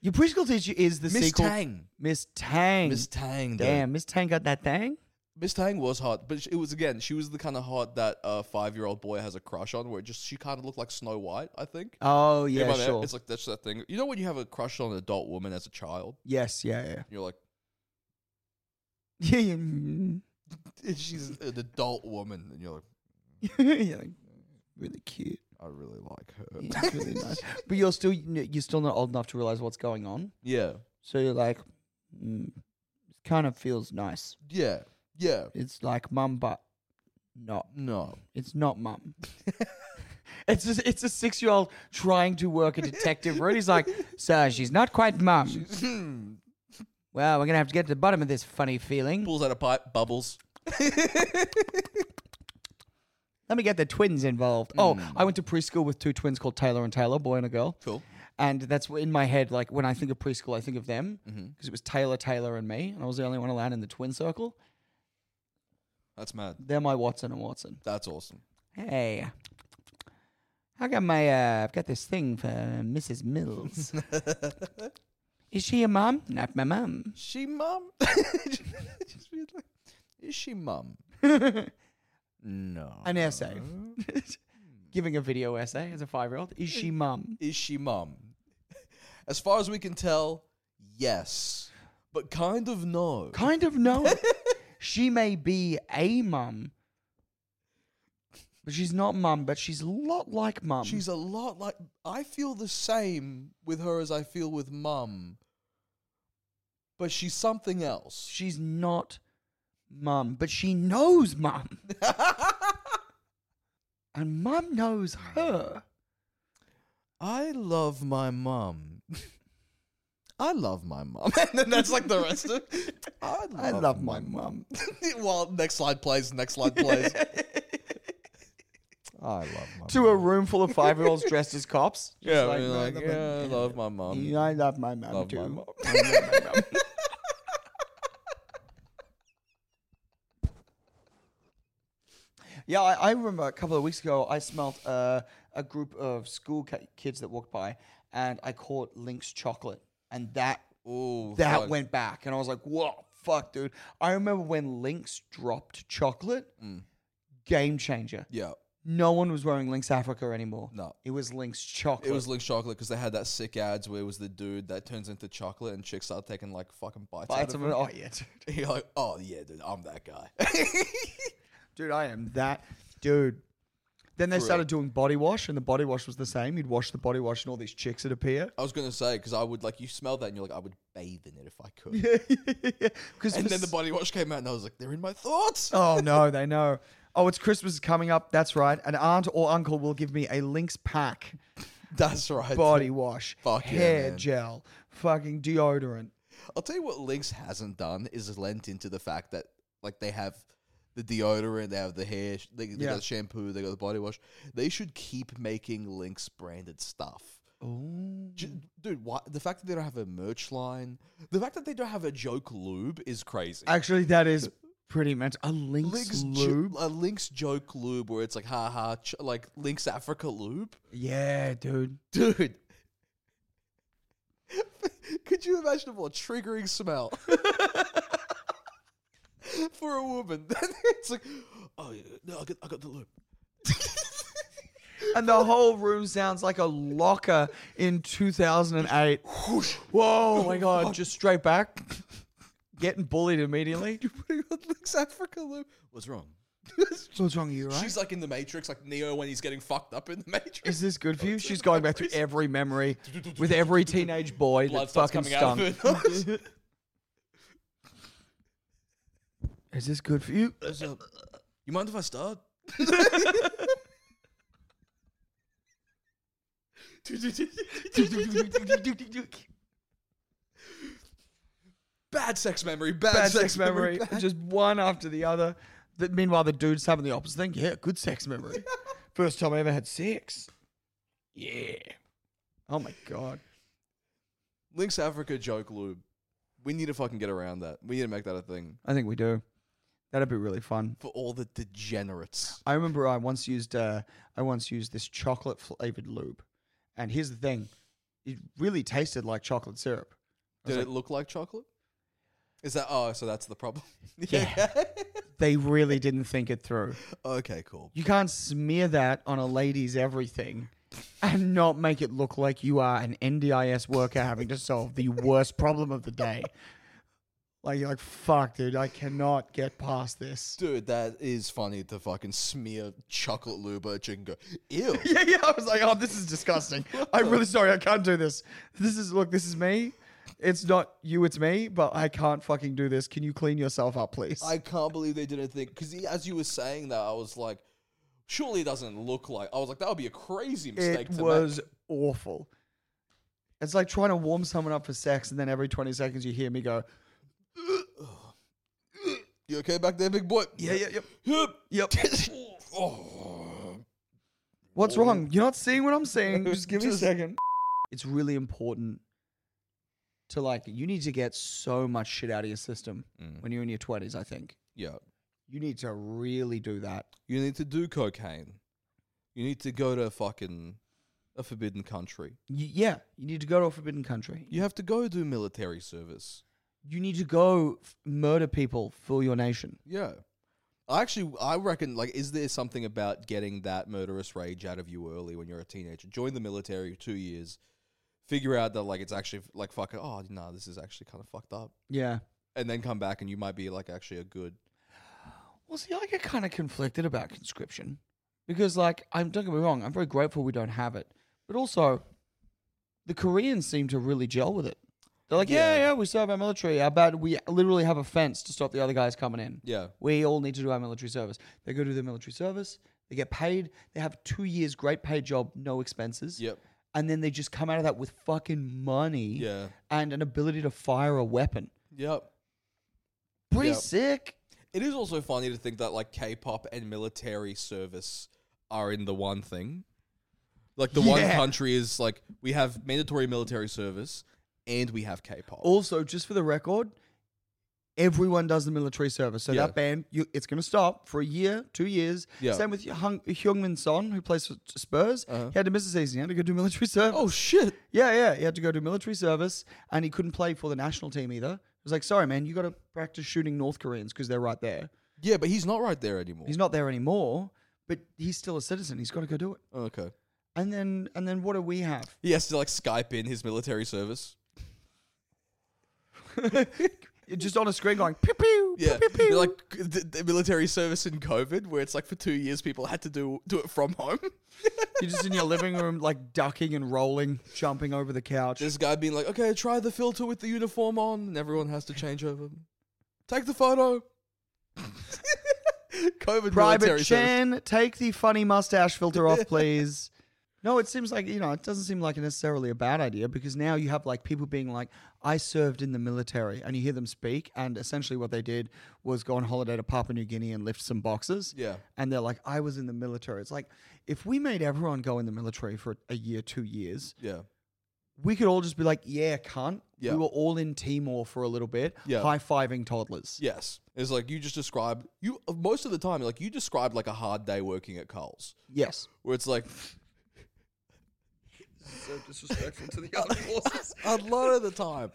S2: Your preschool teacher is the
S1: Miss
S2: sequel.
S1: Tang,
S2: Miss Tang.
S1: Miss Tang. dude.
S2: Damn, Miss Tang got that thing.
S1: Miss Tang was hot, but sh- it was again she was the kind of hot that a five year old boy has a crush on, where it just she kind of looked like Snow White, I think.
S2: Oh
S1: You
S2: yeah,
S1: know what I mean?
S2: sure.
S1: It's like that's that thing. You know when you have a crush on an adult woman as a child,
S2: yes, yeah, yeah.
S1: you're like,
S2: Yeah, yeah. mm.
S1: she's an adult woman, and you're like,
S2: yeah, like, really cute.
S1: I really like her.
S2: Yeah, it's really nice. But you're still you're still not old enough to realize what's going on.
S1: Yeah,
S2: So you're like, mm, it kind of feels nice.
S1: yeah, yeah.
S2: It's like mum, but not.
S1: No,
S2: It's not mum. it's just, it's a six year old trying to work a detective route. He's like, sir, she's not quite mum. Well, we're gonna have to get to the bottom of this funny feeling.
S1: pulls out a pipe, bubbles.
S2: Let me get the twins involved. Oh, I went to preschool with two twins called Taylor and Taylor, boy and a girl.
S1: Cool.
S2: And that's wh- in my head, like when I think of preschool, I think of them because
S1: Mhm.
S2: it was Taylor, Taylor, and me, and I was the only one allowed in the twin circle.
S1: That's mad.
S2: They're my Watson and Watson.
S1: That's awesome.
S2: Hey, how come my uh, I've got this thing for Mrs. Mills? Is she your mum? Not my mum.
S1: She mum. Just be like, is she mum? no.
S2: An essay. Giving a video essay as a five year old. Is she mum?
S1: Is she mum? As far as we can tell, yes, but kind of no.
S2: Kind of no. she may be a mum. But she's not mum, but she's a lot like mum.
S1: She's a lot like I feel the same with her as I feel with mum. But she's something else.
S2: she's not mum, but she knows mum. and mum knows her.
S1: I love my mum. I love my mum. and then that's like the rest of I love,
S2: I love my mum.
S1: While next slide plays, next slide plays. I love my
S2: to a room full of five year olds dressed as cops. Just
S1: Yeah,
S2: like,
S1: I mean,
S2: "No,
S1: like,
S2: no, no,
S1: yeah, I
S2: no,
S1: love my
S2: no,
S1: mum.
S2: no, I love my mum
S1: love
S2: too.
S1: my mum.
S2: I love my mum. yeah, I, I remember a couple of weeks ago, I smelt uh, a group of school ki- kids that walked by, and I caught Lynx chocolate, and that
S1: Ooh,
S2: that
S1: fuck.
S2: went back, and I was like, "Whoa, fuck, dude!" I remember when Lynx dropped chocolate, game changer.
S1: Yeah,
S2: No one was wearing Lynx Africa anymore.
S1: no.
S2: It was Lynx chocolate.
S1: It was Lynx chocolate because they had that sick ads where it was the dude that turns into chocolate and chicks start taking like fucking bites,
S2: bites
S1: out of
S2: of
S1: him.
S2: it. Oh yeah, dude.
S1: You're like, oh yeah, dude, I'm that guy.
S2: dude, I am that dude. Then they
S1: For real.
S2: started doing body wash, and the body wash was the same. You'd wash the body wash, and all these chicks would appear.
S1: I was gonna say because I would like you smell that and you're like, I would bathe in it if I could.
S2: Because
S1: And then the body wash came out and I was like, they're in my thoughts.
S2: oh no, they know. Oh, it's Christmas is coming up. That's right. An aunt or uncle will give me a Lynx pack
S1: That's right.
S2: body wash,
S1: Fuck yeah,
S2: hair
S1: man.
S2: gel, fucking deodorant.
S1: I'll tell you what Lynx hasn't done is lent into the fact that like they have the deodorant, they have the hair, sh- they, they
S2: Yeah.
S1: got the shampoo, they got the body wash. They should keep making Lynx branded stuff.
S2: Oh,
S1: J- Dude, why, the fact that they don't have a merch line, the fact that they don't have a joke lube is crazy.
S2: actually, that is pretty much a Lynx,
S1: Lynx jo-
S2: lube.
S1: a Lynx joke lube where it's like ha ha, ch- like Lynx Africa lube,
S2: yeah, dude.
S1: dude. Could you imagine a more triggering smell for a woman? it's like, oh yeah, no, I got, I got the lube.
S2: And the whole room sounds like a locker in 2008. Whoa, Oh my God, just straight back. Getting bullied immediately.
S1: You're putting on Lynx Africa lube. What's wrong?
S2: What's wrong, you right?
S1: She's like in the Matrix, like Neo when he's getting fucked up in the Matrix.
S2: Is this good for you? She's going back through every memory with every teenage boy
S1: Blood
S2: that
S1: starts
S2: fucking
S1: coming out
S2: stunk.
S1: of her nose.
S2: Is this good for you?
S1: There's a- you mind if I start? bad sex memory, bad,
S2: Bad sex memory, just one after the other. That meanwhile, the dude's having the opposite thing. Yeah, good sex memory. First time I ever had sex. Yeah. Oh my god.
S1: Links Africa joke lube. We need to fucking get around that. We need to make that a thing
S2: I think we do. That'd be really fun.
S1: for all the degenerates.
S2: I remember I once used uh, I once used this chocolate flavored lube, and here's the thing, it really tasted like chocolate syrup.
S1: Did
S2: like-
S1: it look like chocolate? Is that oh? So that's the problem.
S2: Yeah. They really didn't think it through.
S1: okay. Cool.
S2: You can't smear that on a lady's everything and not make it look like you are an NDIS worker having to solve the worst problem of the day. Like you're like, fuck, dude, I cannot get past this.
S1: Dude, that is funny to fucking smear chocolate lube at a chick and go, ew.
S2: Yeah, yeah. I was like, oh, this is disgusting. I'm really sorry. I can't do this. This is look. This is me. It's not you. It's me. But I can't fucking do this. Can you clean yourself up, please?
S1: I can't believe they didn't think because as you were saying that, I was like, surely it doesn't look like. I was like, that would be a crazy mistake.
S2: it
S1: to
S2: was
S1: make.
S2: awful. It's like trying to warm someone up for sex, and then every 20 seconds you hear me go,
S1: You okay back there, big boy?
S2: yeah, yeah, yep,
S1: Yep.
S2: yep.
S1: oh.
S2: What's wrong? You're not seeing what I'm seeing. Just give me a
S1: Just-
S2: second. it's really important to like you need to get so much shit out of your system
S1: Mm.
S2: when you're in your 20s i think
S1: Yeah.
S2: you need to really do that
S1: You need to do cocaine. You need to go to fucking a forbidden country.
S2: Y- yeah you need to go to a forbidden country
S1: You have to go do military service.
S2: you need to go f- murder people for your nation
S1: Yeah. I actually, I reckon, like, is there something about getting that murderous rage out of you early when you're a teenager? Join the military two years, figure out that, like, it's actually, like, fuck, oh, nah, this is actually kind of fucked up.
S2: yeah
S1: And then come back and you might be, like, actually a good.
S2: well see i get kind of conflicted about conscription because like i'm don't get me wrong i'm very grateful we don't have it but also the koreans seem to really gel with it they're like yeah yeah,
S1: Yeah.
S2: we serve our military how about we literally have a fence to stop the other guys coming in
S1: Yeah.
S2: We all need to do our military service. They go do their military service. They get paid. They have two years great paid job, no expenses.
S1: Yep.
S2: And then they just come out of that with fucking money
S1: Yeah.
S2: and an ability to fire a weapon.
S1: Yep.
S2: Pretty
S1: Yeah.
S2: sick.
S1: It is also funny to think that like K-pop and military service are in the one thing. Like the one
S2: Yeah.
S1: country is like we have mandatory military service and we have K-pop.
S2: Also, just for the record, everyone does the military service. So
S1: Yeah.
S2: that band, you, it's going to stop for a year, two years.
S1: Yeah.
S2: Same with Hung, Hyungmin Son, who plays for Spurs. He had to miss a season. He had to go do military service.
S1: oh shit!
S2: Yeah, yeah. He had to go do military service and he couldn't play for the national team either. It was like, sorry, man, you got to practice shooting North Koreans because they're right there.
S1: Yeah, but he's not right there anymore.
S2: He's not there anymore, but he's still a citizen. He's got to go do it.
S1: okay.
S2: And then, and then what do we have?
S1: He has to like Skype in his military service.
S2: Just on a screen going, pew, pew,
S1: Yeah,
S2: pew, pew, pew.
S1: like the, the military service in COVID, where it's like for two years people had to do do it from home.
S2: You're just in your living room, like ducking and rolling, jumping over the couch.
S1: this guy being like, "Okay, try the filter with the uniform on," and everyone has to change over. Take the photo. COVID
S2: Private
S1: military service.
S2: Chen, take the funny mustache filter off, please. No, it seems like, you know, it doesn't seem like necessarily a bad idea because now you have like people being like, I served in the military, and you hear them speak. And essentially, what they did was go on holiday to Papua New Guinea and lift some boxes.
S1: Yeah.
S2: And they're like, I was in the military. It's like, if we made everyone go in the military for a year, two years,
S1: Yeah.
S2: we could all just be like, yeah, cunt.
S1: Yeah.
S2: We were all in Timor for a little bit,
S1: Yeah.
S2: high fiving toddlers.
S1: Yes. It's like you just described you most of the time like you described like a hard day working at Coles
S2: Yes.
S1: where it's like
S2: So disrespectful to the other forces.
S1: a lot of the time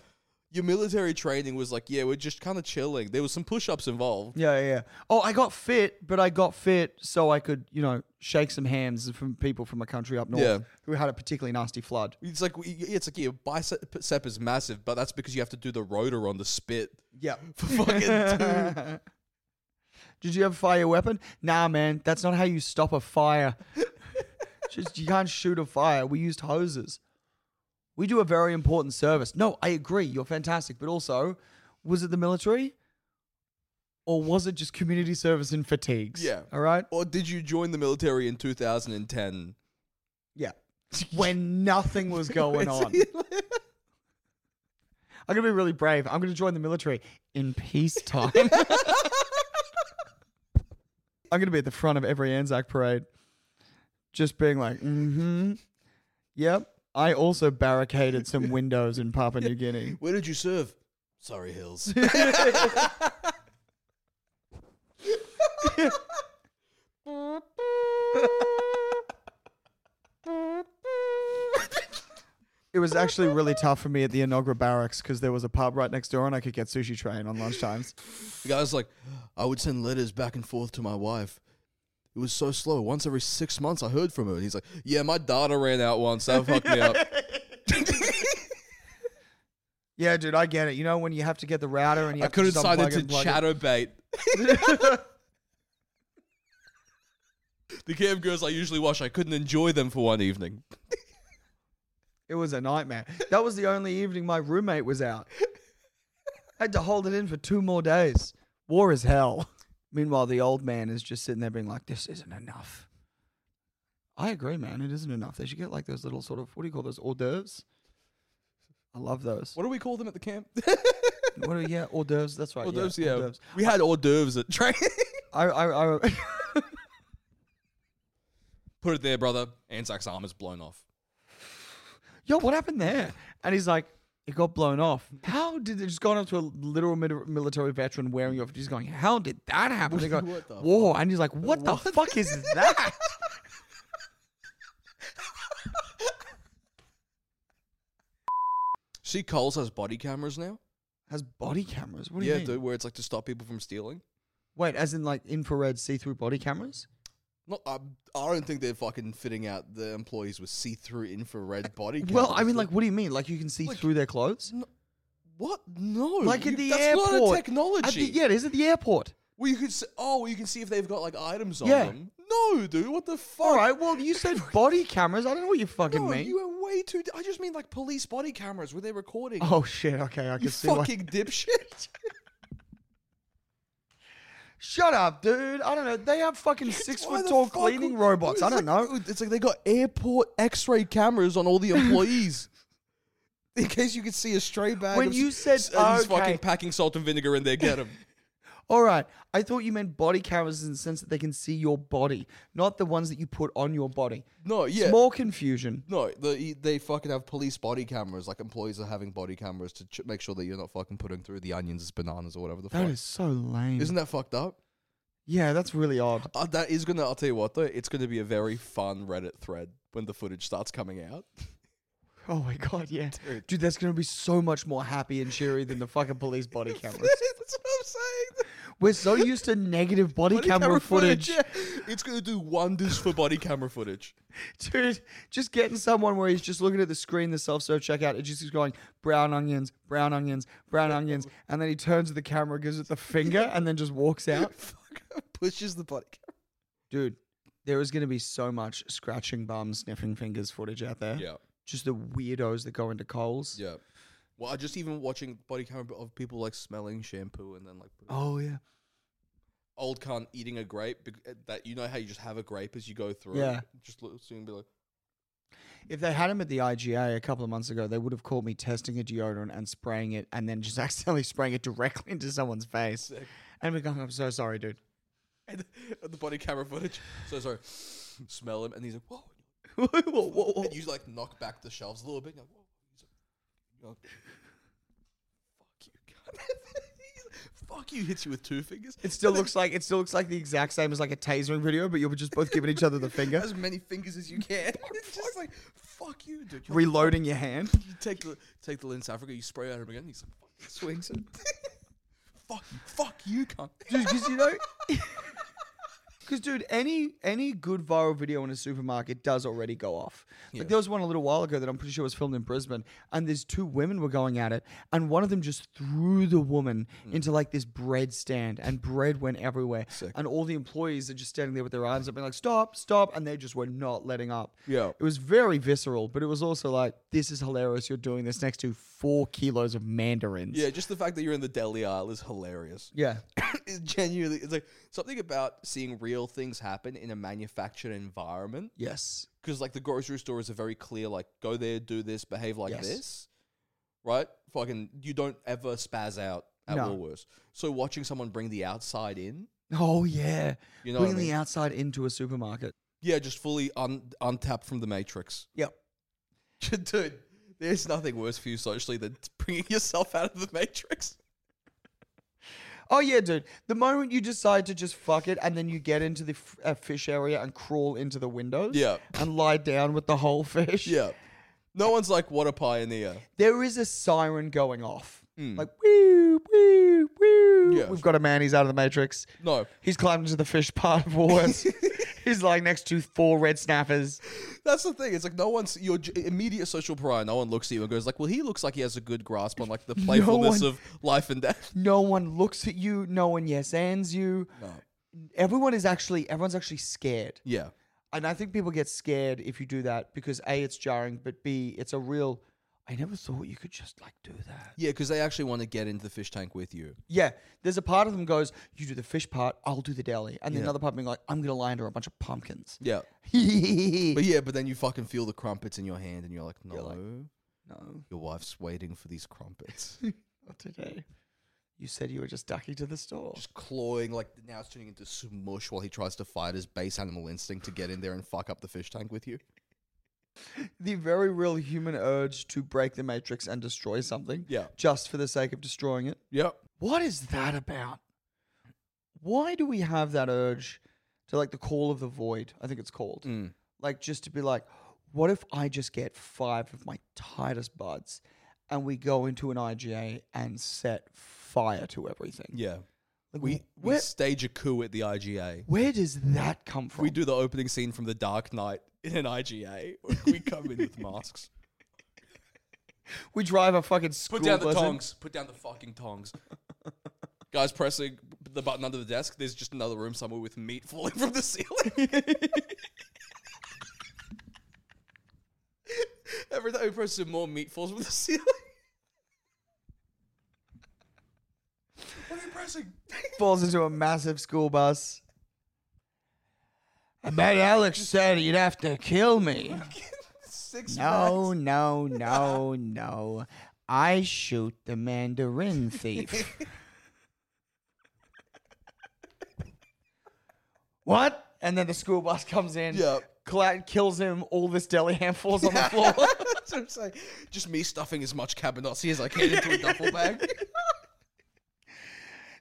S1: your military training was like yeah we're just kind of chilling there was some push-ups involved
S2: Yeah, yeah, yeah. Oh, I got fit, but I got fit so I could, you know, shake some hands from people from a country up north
S1: Yeah.
S2: who had a particularly nasty flood.
S1: it's like we- it's like yeah bicep is massive but that's because you have to do the rotor on the spit
S2: Yeah.
S1: for fucking two
S2: Did you ever fire your weapon? Nah, man. That's not how you stop a fire. Just you can't shoot a fire. We used hoses. We do a very important service. No, I agree. You're fantastic, but also, was it the military, or was it just community service and fatigues?
S1: Yeah.
S2: All right.
S1: or did you join the military in 2010
S2: Yeah. When nothing was going on. I'm going to be really brave. I'm going to join the military in peacetime. I'm going to be at the front of every Anzac parade, just being like, mm hmm. Yep. I also barricaded some windows in Papua New Guinea.
S1: where did you serve sorry hills
S2: It was actually really tough for me at the Inaugura Barracks because there was a pub right next door and I could get sushi train on lunchtimes.
S1: The guy's like, I would send letters back and forth to my wife. It was so slow. Once every six months, I heard from her. And he's like, Yeah, my data ran out once. That fucked me up.
S2: Yeah, dude, I get it. You know when you have to get the router and you
S1: I
S2: have
S1: couldn't
S2: to just
S1: sign
S2: unplug
S1: into
S2: and plug it?
S1: Chatterbait. the cam girls I usually watch, I couldn't enjoy them for one evening.
S2: It was a nightmare. That was the only evening my roommate was out. I had to hold it in for two more days. War is hell. Meanwhile, the old man is just sitting there being like, this isn't enough. I agree, man. It isn't enough. They should get like those little sort of, what do you call those, hors d'oeuvres? I love those.
S1: What do we call them at the camp?
S2: What, are, yeah, hors d'oeuvres. That's right.
S1: hors d'oeuvres,
S2: yeah.
S1: yeah.
S2: Hors d'oeuvres.
S1: We had hors d'oeuvres at training.
S2: I, I, I,
S1: Put it there, brother. Anzac's arm is blown off.
S2: yo, what happened there? And he's like, it got blown off. How did it just gone up to a literal mil- military veteran wearing off? He's going, how did that happen? They go,
S1: What the
S2: whoa. And he's like, what, the
S1: What?
S2: fuck is that?
S1: See, Coles has body cameras now.
S2: Has body cameras? What do
S1: Yeah,
S2: you mean?
S1: dude, where it's like to stop people from stealing.
S2: Wait, as in like infrared see-through body cameras?
S1: No, I, I don't think they're fucking fitting out the employees with see-through infrared body. Cameras.
S2: Uh, Well, I mean, like, what do you mean? Like, you can see
S1: Like-
S2: through their clothes?
S1: what? No,
S2: Like
S1: you-
S2: at the
S1: that's
S2: airport.
S1: not a
S2: At the-
S1: technology.
S2: yeah, it is at the airport.
S1: Well, you could s oh, you can see if they've got like items on
S2: Yeah.
S1: them. No, dude, what the fuck?
S2: All right. Well, you said body cameras. I don't know what you fucking
S1: no,
S2: mean.
S1: you are way too. I just mean like police body cameras where they're recording.
S2: oh shit. Okay, I can
S1: you
S2: see. why-
S1: fucking dipshit.
S2: Shut up, dude. I don't know. They have fucking six
S1: Why
S2: foot
S1: the
S2: tall
S1: fuck
S2: cleaning
S1: would-
S2: robots. I
S1: it's
S2: don't
S1: like-
S2: know.
S1: It's like they got airport X-ray cameras on all the employees. In case you could see a stray bag.
S2: When
S1: of
S2: you
S1: s-
S2: said,
S1: s-
S2: "Oh,
S1: uh, he's
S2: okay.
S1: fucking packing salt and vinegar in there, get him.
S2: All right. I thought you meant body cameras in the sense that they can see your body, not the ones that you put on your body.
S1: No, yeah,
S2: More confusion.
S1: no, the, e, they fucking have police body cameras. Like employees are having body cameras to ch- make sure that you're not fucking putting through the onions as bananas or whatever the
S2: That
S1: fuck.
S2: is so lame.
S1: Isn't that fucked up?
S2: yeah, that's really odd.
S1: Uh, that is gonna. I'll tell you what though, it's gonna be a very fun Reddit thread when the footage starts coming out.
S2: Oh my god, yeah.
S1: Dude.
S2: Dude, that's gonna be so much more happy and cheery than the fucking police body cameras.
S1: That's what I'm saying.
S2: We're so used to negative body,
S1: Body
S2: camera, footage.
S1: yeah. It's gonna do wonders for body camera footage.
S2: Dude, just getting someone where he's just looking at the screen, the self-serve checkout, it just is going brown onions, brown onions, brown onions, and then he turns to the camera, gives it the finger, and then just walks out.
S1: Fucking pushes the body camera.
S2: Dude, there is gonna be so much scratching bums, sniffing fingers footage out there.
S1: Yeah,
S2: Just the weirdos that go into Coles.
S1: yeah. Well, I just even watching body camera of people like smelling shampoo and then like
S2: Oh yeah.
S1: old cunt eating a grape. bec- eh, That you know how you just have a grape as you go through.
S2: Yeah.
S1: Just look soon and be like,
S2: If they had him at the IGA a couple of months ago, they would have called me testing a deodorant and spraying it and then just accidentally spraying it directly into someone's face.
S1: Sick.
S2: And we're going, I'm so sorry, dude.
S1: and the body camera footage. So sorry. Smell him, and he's like, whoa.
S2: whoa, whoa, whoa.
S1: And you like knock back the shelves a little bit. You're like, whoa. He's like, fuck you, cunt. fuck you. Hits you with two fingers.
S2: It still looks like it still looks like the exact same as like a tasering video, but you were just both giving each other the finger,
S1: as many fingers as you can. it's just like, fuck you, dude. You're-
S2: reloading your hand.
S1: you take the take the lens to Africa, you spray at him again. He's like, fucking swings it. fuck you, fuck you, cunt.
S2: Dude, because you know, because dude, any any good viral video in a supermarket does already go off.
S1: Yeah.
S2: Like there was one a little while ago that I'm pretty sure was filmed in Brisbane, and these two women were going at it, and one of them just threw the woman into like this bread stand, and bread went everywhere,
S1: Mm. Sick.
S2: and all the employees are just standing there with their arms up, being like, "Stop, stop!" and they just were not letting up.
S1: Yeah.
S2: it was very visceral, but it was also like, "This is hilarious. You're doing this next to four kilos of mandarins."
S1: Yeah, just the fact that you're in the deli aisle is hilarious.
S2: yeah.
S1: it's genuinely, it's like something about seeing real things happen in a manufactured environment.
S2: Yes.
S1: because like the grocery store is a very clear like go there, do this, behave like
S2: Yes.
S1: this, right? Fucking, you don't ever spaz out at
S2: No.
S1: Woolworths. So watching someone bring the outside in,
S2: Oh yeah.
S1: you know, what I
S2: bringing
S1: mean?
S2: the outside into a supermarket.
S1: yeah, just fully un- untapped from the matrix,
S2: Yep.
S1: dude. There's nothing worse for you socially than bringing yourself out of the matrix.
S2: Oh yeah, dude. The moment you decide to just fuck it, and then you get into the f- uh, fish area and crawl into the windows,
S1: Yeah.
S2: and lie down with the whole fish.
S1: Yeah, no one's like what a pioneer.
S2: There is a siren going off,
S1: Mm.
S2: like woo, woo, woo.
S1: Yeah.
S2: We've got a man. He's out of the matrix.
S1: No,
S2: He's climbed into the fish part of Woolworths. he's lying next to four red snappers.
S1: That's the thing. It's like no one's your j- immediate social pariah. No one looks at you and goes like, "Well, he looks like he has a good grasp on like the playfulness
S2: one-
S1: of life and death."
S2: No one looks at you. No one yes ands you.
S1: No.
S2: Everyone is actually everyone's actually scared.
S1: Yeah.
S2: and I think people get scared if you do that because a it's jarring, but b it's a real. I never thought you could just like do that.
S1: Yeah, because they actually want to get into the fish tank with you.
S2: Yeah, there's a part of them goes, you do the fish part, I'll do the deli, and then
S1: Yeah.
S2: another part being like, I'm gonna lie under a bunch of pumpkins.
S1: Yeah.
S2: no,
S1: But yeah, but then you fucking feel the crumpets in your hand and you're like, no,
S2: like,
S1: your wife's waiting for these crumpets.
S2: not today. You said you were just ducking to the store.
S1: Just clawing, like now it's turning into smush while he tries to fight his base animal instinct to get in there and fuck up the fish tank with you.
S2: the very real human urge to break the matrix and destroy something
S1: Yeah.
S2: just for the sake of destroying it.
S1: Yep.
S2: What is that about? Why do we have that urge to like the call of the void? I think it's called.
S1: Mm.
S2: Like just to be like, what if I just get five of my tightest buds and we go into an IGA and set fire to everything?
S1: Yeah.
S2: Like,
S1: We,
S2: wh-
S1: we
S2: where,
S1: stage a coup at the IGA.
S2: where does that come from?
S1: We do the opening scene from The Dark Knight in an IGA. We come in with masks.
S2: We drive a fucking school
S1: Put down the
S2: bus in-
S1: tongs. Put down the fucking tongs. Guys pressing the button under the desk. There's just another room somewhere with meat falling from the ceiling. Every time we press some more meat falls from the ceiling. what are you pressing?
S2: falls into a massive school bus. I bet Alex said you'd have to kill me.
S1: Six
S2: No, no, no, no. I shoot the Mandarin thief. what? And then the school bus comes in,
S1: Yep.
S2: cla- kills him, all this deli ham falls on the floor.
S1: That's what I'm saying. Just me stuffing as much cabanossi as I can into a duffel bag.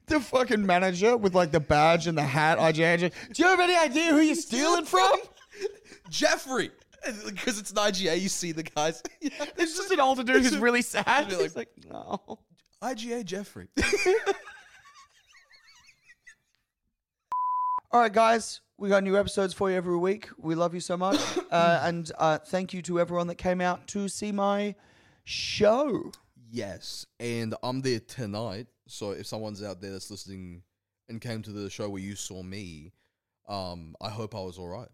S2: the fucking manager with like the badge and the hat, IJ, do you have any idea who you're stealing from?
S1: Jeffrey! Because it's an IGA, you see the guys. Yeah.
S2: It's just an older dude who's really sad.
S1: They're like-
S2: He's like, no.
S1: IGA Jeffrey.
S2: All right, guys, we got new episodes for you every week. We love you so much, uh, and uh, thank you to everyone that came out to see my show.
S1: yes, and I'm there tonight. So if someone's out there that's listening and came to the show where you saw me, um, I hope I was all right.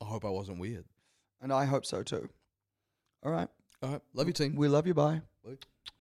S1: I hope I wasn't weird.
S2: And I hope so too. All right,
S1: All right. Love you, team.
S2: we love you. Bye.
S1: Bye.